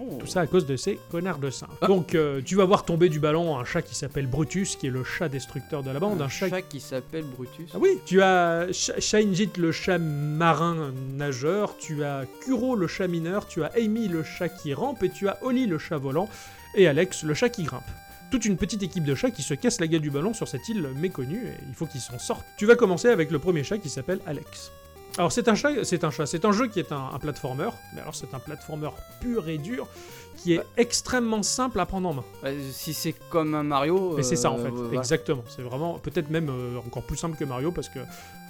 Oh.
Tout ça à cause de ces connards de singes.
Ah.
Donc euh, tu vas voir tomber du ballon un chat qui s'appelle Brutus, qui est le chat destructeur de la bande, un,
Un
chat...
chat qui s'appelle Brutus.
Ah oui Tu as Sh- Shinjit, le chat marin nageur, tu as Kuro, le chat mineur, tu as Amy, le chat qui rampe, et tu as Oli, le chat volant, et Alex, le chat qui grimpe. Toute une petite équipe de chats qui se casse la gueule du ballon sur cette île méconnue, et il faut qu'ils s'en sortent. Tu vas commencer avec le premier chat qui s'appelle Alex. Alors c'est un chat, c'est un chat, c'est un jeu qui est un, un platformer, mais alors c'est un platformer pur et dur, qui est extrêmement simple à prendre en main.
Ouais, Euh, si c'est comme un Mario.
Mais c'est ça en
euh,
fait,
voilà.
exactement. C'est vraiment peut-être même euh, encore plus simple que Mario parce que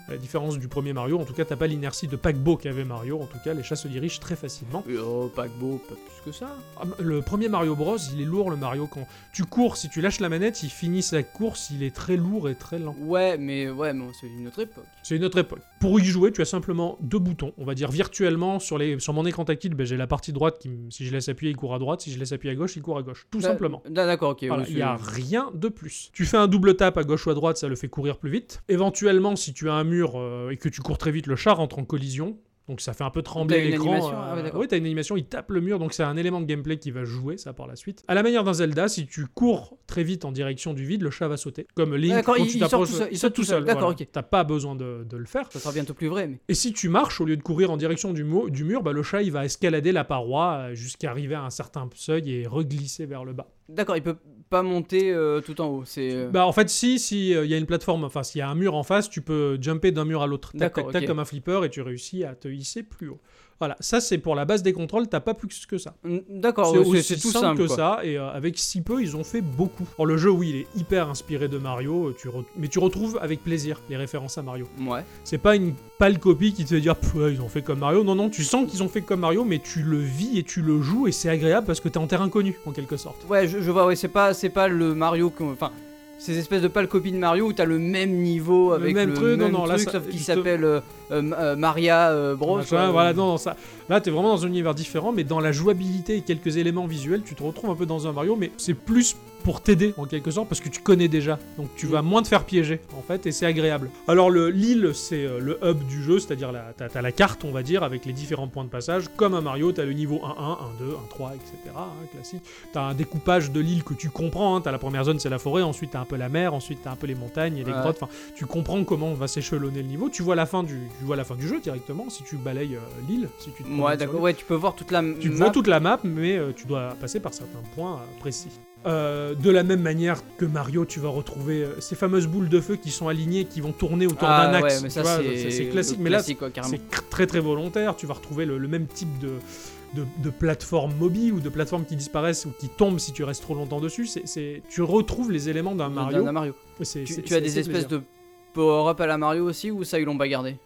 à la différence du premier Mario, en tout cas, t'as pas l'inertie de paquebot qu'avait Mario. En tout cas, les chats se dirigent très facilement.
Euh, Oh, paquebot, pas plus que ça.
Ah, Le premier Mario Bros, il est lourd. Le Mario quand tu cours, si tu lâches la manette, il finit sa course. Il est très lourd et très lent.
Ouais, mais ouais, mais c'est une autre époque.
C'est une autre époque. Pour y jouer, tu as simplement deux boutons. On va dire virtuellement sur les sur mon écran tactile, ben, j'ai la partie droite qui, me- si je laisse appuyer, il court à droite. Si je laisse appuyer à gauche, il court à gauche. Tout
Ah,
simplement.
ah, D'accord, ok.
Voilà,
oui,
il n'y a
c'est-
rien de plus. Tu fais un double tap à gauche ou à droite, ça le fait courir plus vite. Éventuellement, si tu as un mur euh, et que tu cours très vite, le chat rentre en collision. Donc ça fait un peu
T'as
trembler
une
l'écran.
animation Ah ouais, d'accord.
oui, t'as une animation, il tape le mur, donc c'est un élément de gameplay qui va jouer ça par la suite. À la manière d'un Zelda, si tu cours très vite en direction du vide, le chat va sauter. Comme Link,
D'accord,
quand
il-
tu
il sort
t'approches,
tout seul, il saute tout seul. D'accord,
voilà.
ok.
T'as pas besoin de, de le faire.
Ça sera bientôt plus vrai, mais.
Et si tu marches, au lieu de courir en direction du, mu- du mur, bah, le chat il va escalader la paroi euh, jusqu'à arriver à un certain seuil et reglisser vers le bas.
D'accord, il peut pas monter euh, tout en haut. C'est. euh,
Bah en fait si si euh, il y a une plateforme enfin s'il y a un mur en face tu peux jumper d'un mur à l'autre tac
D'accord,
tac, tac,
ok.
comme un flipper et tu réussis à te hisser plus haut. Voilà, ça c'est pour la base des contrôles, t'as pas plus que ça.
Mm, D'accord,
C'est
ouais, c'est
aussi
c'est tout
simple,
simple.
que
quoi.
ça, et euh, avec si peu, ils ont fait beaucoup. Alors le jeu, oui, il est hyper inspiré de Mario, euh, tu re- mais tu retrouves avec plaisir les références à Mario.
Ouais.
C'est pas une pâle copie qui te fait dire, Pff, ouais, ils ont fait comme Mario. Non, non, tu sens qu'ils ont fait comme Mario, mais tu le vis et tu le joues, et c'est agréable parce que t'es en terrain connu, en quelque sorte.
Ouais, je, je vois, ouais, c'est pas, c'est pas le Mario. qu'on- Enfin, ces espèces de pâles copies de Mario où t'as le même niveau
Le
avec
même truc, non, non, là, ça-
sauf qu'il
juste-
s'appelle euh, euh, M- euh, Maria euh, Bros.
Machin,
euh,
voilà, non, non, ça. Là, t'es vraiment dans un univers différent, mais dans la jouabilité et quelques éléments visuels, tu te retrouves un peu dans un Mario, mais c'est plus pour t'aider en quelque sorte parce que tu connais déjà. Donc
Mm.
tu vas moins te faire piéger en fait, et c'est agréable. Alors le l'île, c'est euh, le hub du jeu, c'est-à-dire la- t'as t'as la carte, on va dire, avec les différents points de passage. Comme un Mario, t'as le niveau 1, 1, 1, 2, 1, 3, etc. hein, classique. T'as un découpage de l'île que tu comprends. Hein. T'as la première zone, c'est la forêt. Ensuite, t'as un peu la mer. Ensuite, t'as un peu les montagnes et les
Ouais.
grottes. Enfin, tu comprends comment on va s'échelonner le niveau. Tu vois la fin du, tu vois la fin du jeu directement si tu balayes euh, l'île, si tu. te promènes
Ouais,
sur
d'accord.
l'île.
Ouais, tu peux voir toute la.
Tu
map.
vois toute la map, mais euh, tu dois passer par certains points euh, précis. Euh, de la même manière que Mario, tu vas retrouver euh, ces fameuses boules de feu qui sont alignées, qui vont tourner autour
Ah,
d'un axe.
ouais, mais
tu
ça,
vois,
c'est
c'est
le
classique. Mais là,
classique, quoi, carrément.
c'est cr- très très volontaire. Tu vas retrouver le, le même type de, de, de plateforme mobile ou de plateforme qui disparaissent ou qui tombent si tu restes trop longtemps dessus. C'est- c'est- tu retrouves les éléments d'un
D'un-
Mario.
d'un Mario.
Et c'est-
Tu,
c'est-
tu as
c'est-
des
c'est
espèces
plaisir.
de power-up à la Mario aussi ou ça ils l'ont pas gardé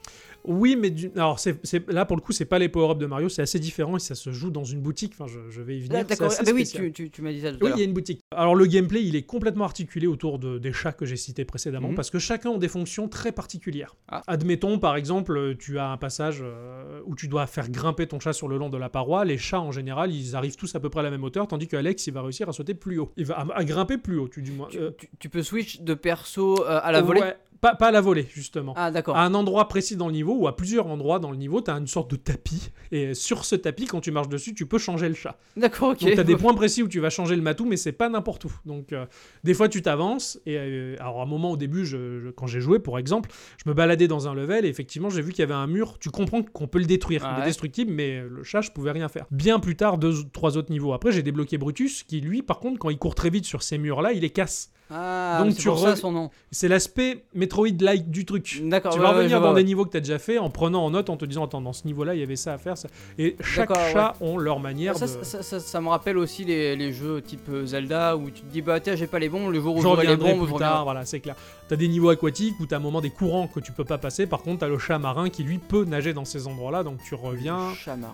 Oui, mais du- alors c'est c'est- là pour le coup, c'est pas les power-ups de Mario, c'est assez différent et ça se joue dans une boutique. Enfin, je, je vais y
Ah,
venir. c'est
D'accord.
assez
Ah, bah oui,
spécial.
tu, tu, tu m'as dit ça tout à
Oui,
l'heure.
il y a une boutique. Alors le gameplay, il est complètement articulé autour de- des chats que j'ai cités précédemment,
Mhm.
parce que chacun ont des fonctions très particulières.
Ah.
Admettons, par exemple, euh, tu as un passage euh, où tu dois faire grimper ton chat sur le long de la paroi. Les chats, en général, ils arrivent tous à peu près à la même hauteur, tandis que Alex, il va réussir à sauter plus haut. Il va à, à grimper plus haut, tu du moins.
Tu,
euh,
tu- tu peux switch de perso euh, à la volée
ouais, pas, pas à la volée, justement.
Ah, d'accord.
À un endroit précis dans le niveau ou à plusieurs endroits dans le niveau, tu as une sorte de tapis. Et sur ce tapis, quand tu marches dessus, tu peux changer le chat.
D'accord, ok.
Donc t'as des points précis où tu vas changer le matou, mais c'est pas n'importe où. Donc euh, des fois tu t'avances et euh, alors à un moment au début, je- je- quand j'ai joué par exemple, je me baladais dans un level et effectivement j'ai vu qu'il y avait un mur. Tu comprends qu'on peut le détruire,
Ah
il
ouais.
est destructible, mais euh, le chat je pouvais rien faire. Bien plus tard, deux, ou trois autres niveaux. Après j'ai débloqué Brutus qui lui par contre quand il court très vite sur ces murs là, il les casse.
Ah,
Donc
donc tu
tu
pour ça
re-
son nom.
C'est l'aspect Metroid-like du truc.
D'accord.
Tu
ouais,
vas
ouais,
revenir
je
dans
vois,
des
ouais.
niveaux que tu as déjà fait en prenant en note, en te disant, attends, dans ce niveau-là, il y avait ça à faire. ça. Et chaque
D'accord, ouais.
chat ont leur manière
Ça,
de...
ça, ça- ça- ça me rappelle aussi les, les jeux type euh, Zelda où tu te dis bah tiens j'ai pas les bons, le jour où
Je
j'aurai les
reviendrai
bons, je
plus
reviendrai.
tard, voilà, c'est clair. T'as des niveaux aquatiques où t'as un moment des courants que tu peux pas passer. Par contre, t'as le chat marin qui lui peut nager dans ces endroits-là, donc tu reviens.
Chat marin.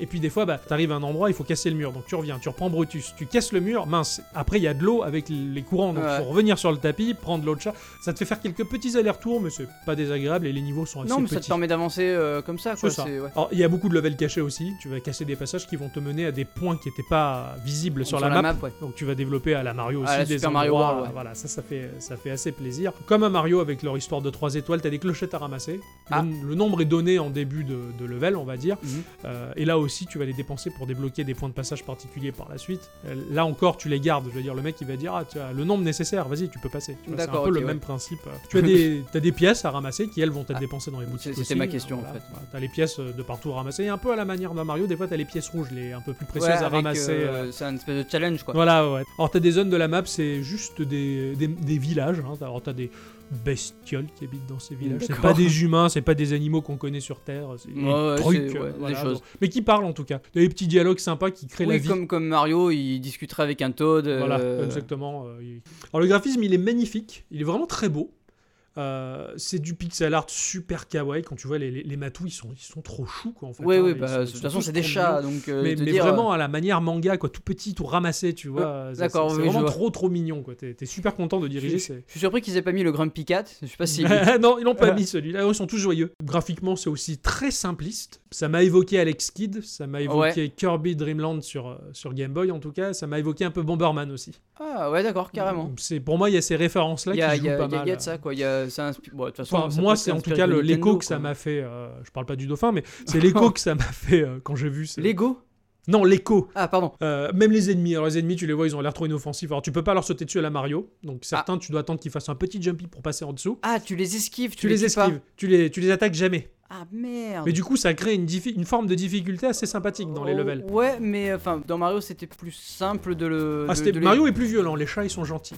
Et- Et puis des fois, bah, t'arrives à un endroit, il faut casser le mur, donc tu reviens, tu reprends Brutus, tu casses le mur, mince. Après, il y a de l'eau avec les courants, donc
Ouais.
faut revenir sur le tapis, prendre l'eau de chat. Ça te fait faire quelques petits allers-retours, mais c'est pas désagréable et les niveaux sont assez
Non mais ça te
petits.
permet d'avancer euh, comme ça
Oh, C'est
quoi.
ça.
c'est- ouais.
Alors, il y a beaucoup de levels cachés aussi. Tu vas casser des passages qui vont te mener à des points qui n'étaient pas visibles sur, la, map.
ouais.
Donc tu vas développer à la Mario
À
aussi
la
des
Super Mario
endroits,
World, ouais.
Voilà, ça, ça fait, ça fait assez plaisir. Comme à Mario avec leur histoire de 3 étoiles, t'as des clochettes à ramasser. Le-
Ah.
Le, nombre est donné en début de, de level, on va dire.
Mhm.
Euh, et là aussi, tu vas les dépenser pour débloquer des points de passage particuliers par la suite. Euh, là encore, tu les gardes. Je veux dire, le mec, il va dire ah, tu as le nombre nécessaire, vas-y, tu peux passer. Tu vois, C'est un peu
D'accord,
le
ok, ouais. Ah,
même principe. Euh, Tu as des, t'as des pièces à ramasser qui, elles, vont être dépensées dans les boutiques.
c'était
aussi.
ma question, en fait.
voilà. T'as les pièces euh, de partout à ramasser. Et un peu à la manière d'un Mario, des fois, t'as les pièces rouges, les un peu plus précieuses
Ouais,
à
avec,
ramasser. euh,
euh, C'est un espèce de challenge quoi.
voilà, ouais. Alors, t'as des zones de la map, c'est juste des, des, des villages. hein. Alors, t'as des bestioles qui habitent dans ces villages. C'est
D'accord.
pas des humains, c'est pas des animaux qu'on connaît sur Terre. C'est des
Ouais, ouais,
trucs,
c'est- ouais,
euh,
des
voilà,
choses.
donc. Mais qui parlent en tout cas. T'as des petits dialogues sympas qui créent la
Oui
vie.
comme comme Mario il discuterait avec un Toad. euh,
Voilà, exactement. euh, il- Alors, le graphisme, il est magnifique. Il est vraiment très beau. Euh, c'est du pixel art super kawaii. Quand tu vois les, les, les matous, ils sont, ils sont trop choux, quoi. En fait,
Oui
hein.
oui
Ils sont-
bah
ils
de toute
sont
façon
tous
c'est des
trop
chats
mignons.
donc euh,
Mais,
te
mais
dire, euh, Ah,
vraiment à la manière manga, quoi, tout petit, tout ramassé, tu vois. ça,
d'accord,
c'est
oui,
c'est
je
vraiment
vois.
trop, trop mignon, quoi. T'es t'es super content de diriger. c'est-
Je suis surpris qu'ils aient pas mis le Grumpy Cat. Je sais pas Ah. si.
non, ils l'ont pas mis celui-là. Ils sont tous joyeux. Graphiquement, c'est aussi très simpliste. Ça m'a évoqué Alex Kidd, ça m'a évoqué Kirby Dreamland sur, euh, sur Game Boy en tout cas. Ça m'a évoqué un peu Bomberman aussi.
ah ouais d'accord carrément.
C'est pour moi, il y a ces références-là
Il
qui
y a,
jouent
il y a-
pas
il y a-
mal. euh.
il y a de ça quoi. Il y a, c'est un spi- bon, de toute façon,
Enfin,
ça
moi,
peut
c'est en
être
tout cas le-
inspiré de
l'écho
Nintendo,
que ça
quoi.
m'a fait. euh, je parle pas du dauphin, mais c'est l'écho que ça m'a fait euh, quand j'ai vu. ce-
Lego
Non, l'écho.
Ah pardon.
Euh, même les ennemis, alors les ennemis, tu les vois, ils ont l'air trop inoffensifs. Alors tu peux pas leur sauter dessus à la Mario, donc certains, tu dois attendre qu'ils fassent un petit jumpy pour passer en dessous.
Ah tu les esquives. Tu,
Tu les
tues pas.
esquives, tu les, tu les attaques jamais.
Ah merde.
Mais du coup, ça crée une, diffi- une forme de difficulté assez sympathique dans les
Oh,
levels.
Ouais, mais enfin, dans Mario, c'était plus simple de le.
Ah,
de-
c'était-
de les-
Mario est plus violent, les chats ils sont gentils.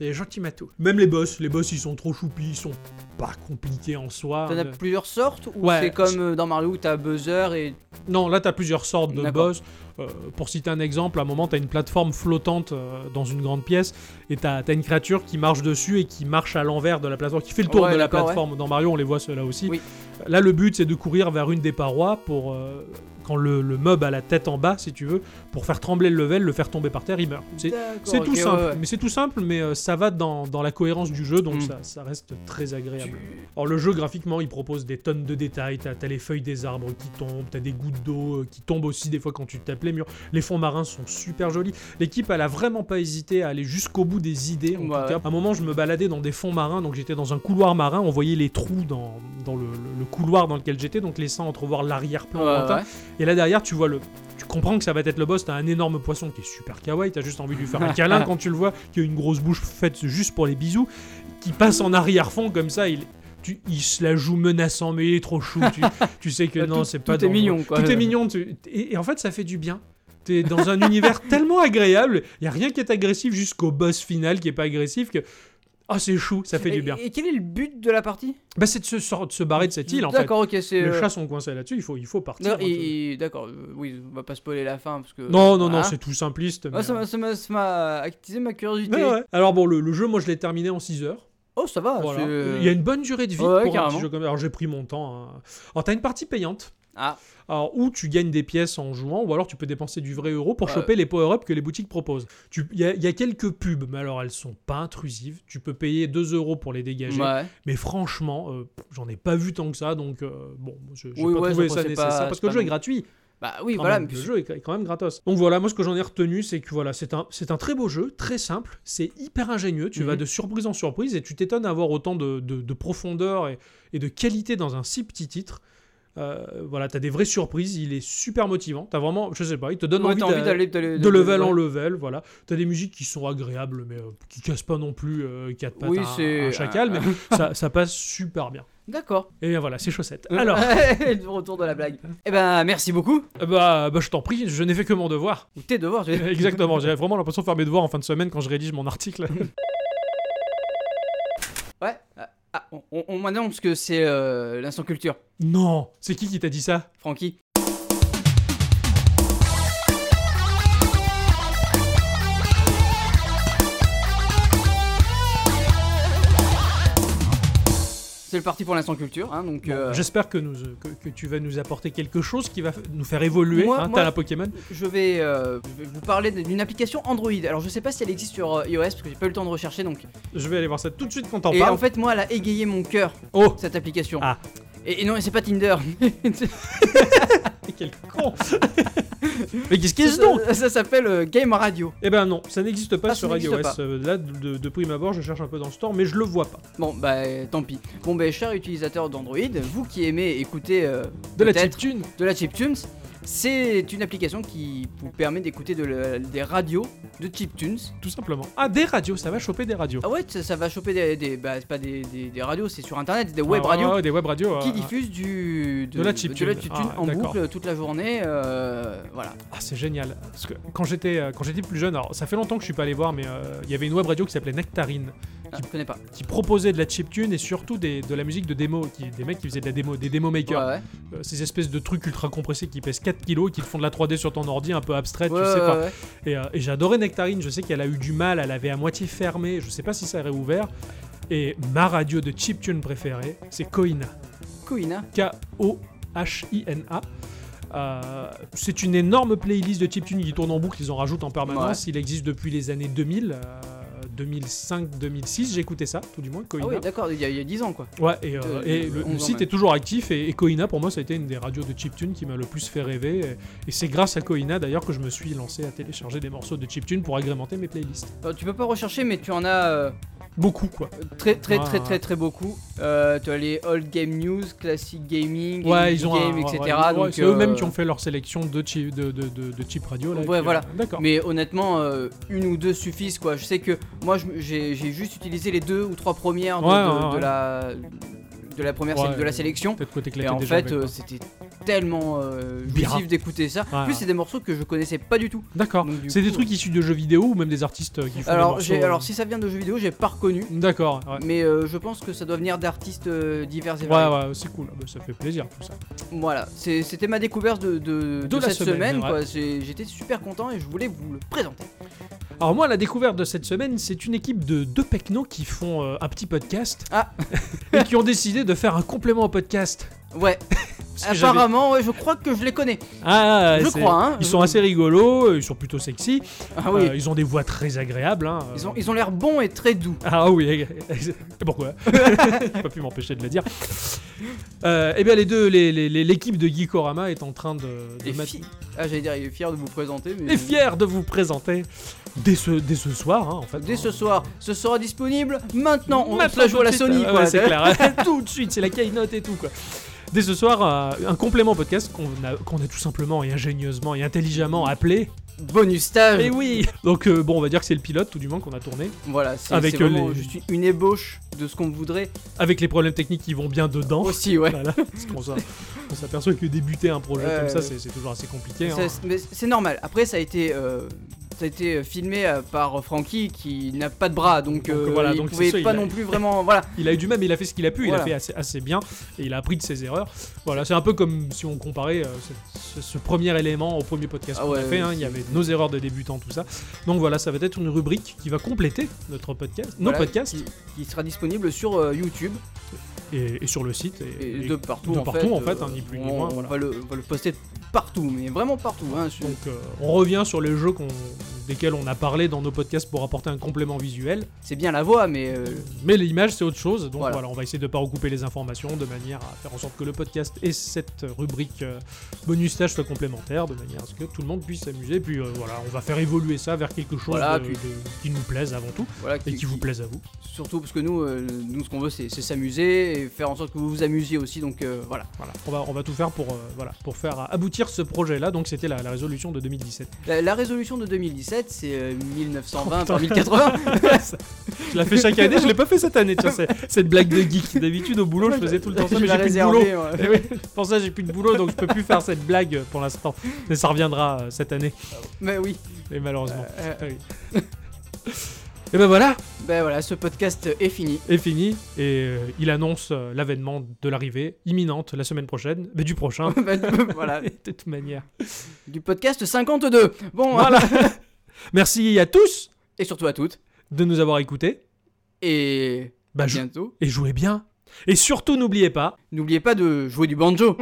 Les gentils matos. Même les boss, les boss ils sont trop choupis, ils sont pas compliqué en soi.
T'en as
Euh,
plusieurs sortes ou
Ouais.
c'est comme euh, dans Mario où t'as buzzer et
Non, là, t'as plusieurs sortes de
D'accord.
boss. Euh, pour citer un exemple, à un moment, t'as une plateforme flottante euh, dans une grande pièce et t'as as une créature qui marche dessus et qui marche à l'envers de la plateforme, qui fait le tour
Ouais,
de la
d'accord,
plateforme. Dans Mario, on les voit ceux-là aussi.
Oui.
Euh, Là, le but, c'est de courir vers une des parois pour. euh, quand le, le mob a la tête en bas, si tu veux, pour faire trembler le level, le faire tomber par terre, il meurt. C'est c'est
D'accord,
tout
ok,
simple,
ouais, ouais.
mais c'est tout simple, mais euh, ça va dans, dans la cohérence du jeu, donc
Mm.
ça, ça reste très agréable.
Tu-
Or le jeu graphiquement, il propose des tonnes de détails. T'as as les feuilles des arbres qui tombent, t'as des gouttes d'eau euh, qui tombent aussi des fois quand tu tapes les murs. Les fonds marins sont super jolis. L'équipe, elle a vraiment pas hésité à aller jusqu'au bout des idées. En
Ouais,
tout cas,
ouais.
à un moment, je me baladais dans des fonds marins, donc j'étais dans un couloir marin. On voyait les trous dans, dans le, le- le couloir dans lequel j'étais, donc laissant entrevoir l'arrière-plan.
Ouais,
lointain.
ouais.
Et là derrière, tu vois le. Tu comprends que ça va être le boss, t'as un énorme poisson qui est super kawaii, t'as juste envie de lui faire un câlin quand tu le vois, qui a une grosse bouche faite juste pour les bisous, qui passe en arrière-fond comme ça, il, tu, il se la joue menaçant, mais il est trop chou, tu, tu sais que
Bah,
non,
tout-
c'est
tout
pas
est
dangereux.
mignon, quoi.
Tout est mignon, tu- et, et en fait ça fait du bien. T'es dans un univers tellement agréable, y a rien qui est agressif jusqu'au boss final qui est pas agressif, que... Ah c'est chou, ça fait
Et-
du bien.
Et quel est le but de la partie
Bah c'est de se, sor- de se barrer de cette île en fait.
D'accord, ok, c'est.
Les
euh,
chats sont coincés là-dessus, il faut, il faut partir.
non,
hein, tu-
et- et- D'accord, euh, oui, on va pas spoiler la fin parce que.
Non, non, non,
Hein
c'est tout simpliste.
Ah,
mais,
ça
euh,
m'a- ça m'a ça m'a activé ma curiosité.
ouais, ouais. Alors bon, le, le jeu, moi, je l'ai terminé en 6 heures.
Oh, ça va.
Voilà.
c'est-
Il y a une bonne durée de vie
Ouais, ouais,
pour un petit
carrément.
jeu comme Alors j'ai pris mon temps. hein. Alors t'as une partie payante.
Ah.
Alors, où tu gagnes des pièces en jouant, ou alors tu peux dépenser du vrai euro pour
Ouais.
choper les power-ups que les boutiques proposent. Tu- Il y, a- il y a quelques pubs, mais alors elles sont pas intrusives. Tu peux payer 2 euros pour les dégager.
Ouais.
Mais franchement, euh, pff, j'en ai pas vu tant que ça, donc euh, bon, je- j'ai
Oui,
pas
ouais,
trouvé
ça,
ça
c'est
nécessaire.
pas-
parce
c'est
que le
pas
jeu est
non-
gratuit.
Bah oui,
Quand
voilà.
même,
mais
le
puis-
jeu est est quand même gratos. Donc voilà, moi ce que j'en ai retenu, c'est que voilà, c'est un, c'est un très beau jeu, très simple, c'est hyper ingénieux, tu vas
Mhm.
de surprise en surprise et tu t'étonnes d'avoir autant de, de- de profondeur et, et de qualité dans un si petit titre. Euh, voilà, t'as des vraies surprises, il est super motivant, t'as vraiment, je sais pas, il te donne
Ouais,
envie,
t'as
d'a-
envie d'aller. d'aller-
de level en
ouais.
level, voilà. T'as des musiques qui sont agréables, mais euh, qui cassent pas non plus euh, quatre pattes
Oui,
à un-
c'est- euh,
à un chacal, mais ça, ça passe super bien.
D'accord.
Et bien voilà, c'est chaussette.
Euh,
Alors,
De retour de la blague. Eh ben, merci beaucoup.
bah, bah, je t'en prie, je n'ai fait que mon devoir.
Ou tes devoirs, je vais-
Exactement, j'avais vraiment l'impression de faire mes devoirs en fin de semaine quand je rédige mon article.
Ouais. ah, ah, on, on- on m'annonce que c'est euh, l'instant culture.
non C'est qui qui t'a dit ça
Francky. C'est le parti pour l'instant culture, hein, donc. euh,
J'espère que, nous, euh, que, que tu vas nous apporter quelque chose qui va f- nous faire évoluer.
Moi-
hein,
moi-
T'as la Pokémon
Je vais, euh, je vais vous parler d'une application Android. Alors je sais pas si elle existe sur euh, iOS parce que j'ai pas eu le temps de rechercher donc.
Je vais aller voir ça tout de suite quand t'en
Et
parles.
en fait moi elle a égayé mon cœur
Oh
cette application.
Ah.
Et, et non c'est pas Tinder.
mais Quel con Mais qu'est-ce qu'il
Ça-
se donc
Ça, s'appelle euh, Game Radio.
Eh ben non, ça n'existe pas
Ah, ça
sur
n'existe
iOS.
pas.
Euh, Là, de, de- de prime abord, je cherche un peu dans le store, mais je le vois pas.
Bon bah euh, tant pis. Bon bah chers utilisateurs d'Android, vous qui aimez écouter euh,
De la
peut-être
chiptune
de la chiptunes, c'est une application qui vous permet d'écouter de la- des radios de chiptunes.
Tout simplement. Ah, des radios, ça va choper des radios.
Ah ouais ça, ça va choper des, des- bah, c'est pas des, des- des radios c'est sur internet des
Ah,
web
ouais,
radios.
ouais, des web radios.
qui
euh,
diffuse du,
de la chiptune.
chiptune
Ah,
en
d'accord.
boucle toute la journée. euh, voilà.
Ah, c'est génial. Parce que quand j'étais euh, quand j'étais plus jeune, alors ça fait longtemps que je suis pas allé voir, mais euh, il y avait une web radio qui s'appelait Nectarine,
Ah, je connais pas.
qui proposait de la chiptune et surtout des- de la musique de démo, qui, des mecs qui faisaient de la démo, des démo
Ouais,
makers.
ouais.
Euh, ces espèces de trucs ultra compressés qui pèsent 4 kilos et qui te font de la 3D sur ton ordi un peu abstraite,
Ouais,
tu sais
ouais,
pas.
ouais.
Et, euh, et j'adorais Nectarine, je sais qu'elle a eu du mal, elle avait à moitié fermé, je sais pas si ça a réouvert. Et ma radio de chiptune préférée, c'est Koina.
Koina. Ah
K-O-H-I-N-A. Euh, c'est une énorme playlist de chiptunes qui tourne en boucle, ils en rajoutent en permanence. Il existe depuis les années euh, 2000, 2005-2006. J'écoutais ça, tout du moins,
Ah
Koina.
oui, d'accord, il y, a- il y a 10 ans quoi.
ouais, et, euh,
Euh,
et le,
on
le
en
site
met.
est toujours actif. Et, et Koina, pour moi, ça a été une des radios de chiptunes qui m'a le plus fait rêver. Et, et c'est grâce à Koina, d'ailleurs, que je me suis lancé à télécharger des morceaux de chiptunes pour agrémenter mes playlists.
Alors, Euh, tu peux pas rechercher, mais tu en as euh,
Beaucoup, quoi.
très, très,
Ouais,
très,
ouais.
très, très beaucoup. Euh, tu as les Old Game News, Classic Gaming,
Ouais,
Indie
ils ont un-
Game,
ouais,
etc.
ouais,
donc,
c'est
euh,
eux-mêmes qui ont fait leur sélection de chip, de, de, de- de chip radio. Là,
Ouais,
et puis, euh,
voilà.
D'accord.
Mais honnêtement, euh, une ou deux suffisent quoi. Je sais que moi je- j'ai j'ai juste utilisé les deux ou trois premières de,
Ouais,
de-
ouais,
de
ouais.
la. de la première
Ouais,
sé- de la
euh,
sélection.
Peut-être côté
Et
éclaté
en
déjà.
fait, euh, c'était tellement euh,
Bira.
jouissif d'écouter ça.
Ouais,
en plus,
ouais.
c'est des morceaux que je connaissais pas du tout.
D'accord.
donc, du
C'est des
coup, euh,
trucs issus de jeux vidéo ou même des artistes euh, qui font
Alors,
des
j'ai-
morceaux, euh,
alors si ça vient de jeux vidéo, j'ai pas reconnu.
D'accord. Ouais.
Mais euh, je pense que ça doit venir d'artistes euh, divers et
Ouais,
variés.
ouais, c'est cool. Ah bah, ça fait plaisir tout ça.
Voilà, c'est- c'était ma découverte de, de, de
De la
cette
semaine,
semaine.
ouais.
quoi. J'ai- J'étais super content et je voulais vous le présenter.
Alors moi, la découverte de cette semaine, c'est une équipe de deux pecnos qui font euh, un petit podcast
Ah.
et qui ont décidé de faire un complément au podcast.
Ouais,
Parce que j'avais-
apparemment, ouais, je crois que je les connais.
Ah,
je
c'est-
crois, hein.
Ils sont assez rigolos, euh, ils sont plutôt sexy.
Ah oui.
Euh, ils ont des voix très agréables. hein, euh.
Ils ont ils ont l'air bons et très doux.
Ah oui, et pourquoi J'ai pas pu m'empêcher de le dire. Euh, eh bien, les deux, les- les- les- l'équipe de Geekorama est en train de, de
Et
mettre-
fi- Ah, j'allais dire, il est fier de vous présenter. Mais...
est fière de vous présenter dès ce, dès ce soir, hein, en fait.
Dès
hein.
ce soir, ce sera disponible maintenant. On
Maintenant,
se la joue à la
tout de
Sony,
suite, euh,
quoi.
ouais, c'est clair. tout de suite, c'est la keynote et tout, quoi. Dès ce soir, euh, un complément podcast qu'on a, qu'on a tout simplement et ingénieusement et intelligemment appelé.
Bonus stage.
Et oui Donc, euh, bon, on va dire que c'est le pilote, tout du moins, qu'on a tourné.
Voilà, c'est
Avec euh,
c'est vraiment
les-
juste une ébauche de ce qu'on voudrait.
Avec les problèmes techniques qui vont bien dedans.
Aussi, ouais.
Voilà, parce qu'on s'a- on s'aperçoit que débuter un projet
Ouais,
comme ça,
ouais.
c'est c'est toujours assez compliqué. hein.
C'est- mais C'est normal. Après, ça a été, euh, ça a été filmé euh, par Frankie qui n'a pas de bras, donc,
Donc,
euh,
voilà,
il
donc
pouvait
c'est ça,
pas
il a-
non plus vraiment. Voilà.
Il a eu du même, il a fait ce qu'il a pu, il a
Voilà.
fait assez, assez bien et il a appris de ses erreurs. Voilà, c'est un peu comme si on comparait euh, ce, ce- ce premier élément au premier podcast
Ah
qu'on a
ouais,
fait. hein,
c'est-
il y avait nos erreurs de débutants, tout ça. Donc voilà, ça va être une rubrique qui va compléter notre podcast, nos
Voilà,
podcasts
Qui, qui sera disponible sur euh, YouTube
et, et sur le site.
et,
Et, et-
de partout.
de
en
partout,
fait,
en fait,
euh,
hein, ni plus ni
on,
moins,
on
voilà.
va le, on va le poster partout, mais vraiment partout. hein, sur-
donc euh, on revient sur les jeux qu'on- desquels on a parlé dans nos podcasts pour apporter un complément visuel.
C'est bien la voix, mais euh,
Mais l'image, c'est autre chose. Donc voilà.
Voilà.
on va essayer de ne pas recouper les informations de manière à faire en sorte que le podcast et cette rubrique euh, bonus stage soient complémentaires, de manière à ce que tout le monde puisse s'amuser. Puis euh, voilà, on va faire évoluer ça vers quelque chose
Voilà,
de-
puis-
de- qui nous plaise avant tout
voilà.
et qui vous plaise à vous.
Surtout parce que nous, euh, nous ce qu'on veut, c'est c'est s'amuser et faire en sorte que vous vous amusiez aussi. Donc euh, voilà.
Voilà, on va, on va tout faire pour, euh, voilà, pour faire aboutir ce projet-là. Donc c'était la, la résolution de 2017.
La, la résolution de 2017, c'est euh, 1920
Oh,
par
putain.
1080.
Je la fais chaque année, je l'ai pas fait cette année. tiens, c'est- cette blague de geek, d'habitude au boulot, je faisais tout le temps ça, mais
la
j'ai plus de boulot.
bah, réservée, ouais.
Eh oui, pour ça j'ai plus de boulot donc je peux plus faire cette blague pour l'instant. Mais ça reviendra euh, cette année,
Mais oui.
et malheureusement.
Euh,
Ah oui. et ben voilà,
ben voilà, ce podcast est fini.
est fini et euh, il annonce euh, l'avènement de l'arrivée imminente la semaine prochaine, mais du prochain.
Ben, voilà,
de toute manière.
du podcast 52. Bon, hein.
Voilà. Merci à tous
et surtout à toutes.
de nous avoir écoutés.
Et
Bah,
à
jou-
bientôt.
et jouez bien. Et surtout n'oubliez pas,
N'oubliez pas de jouer du banjo.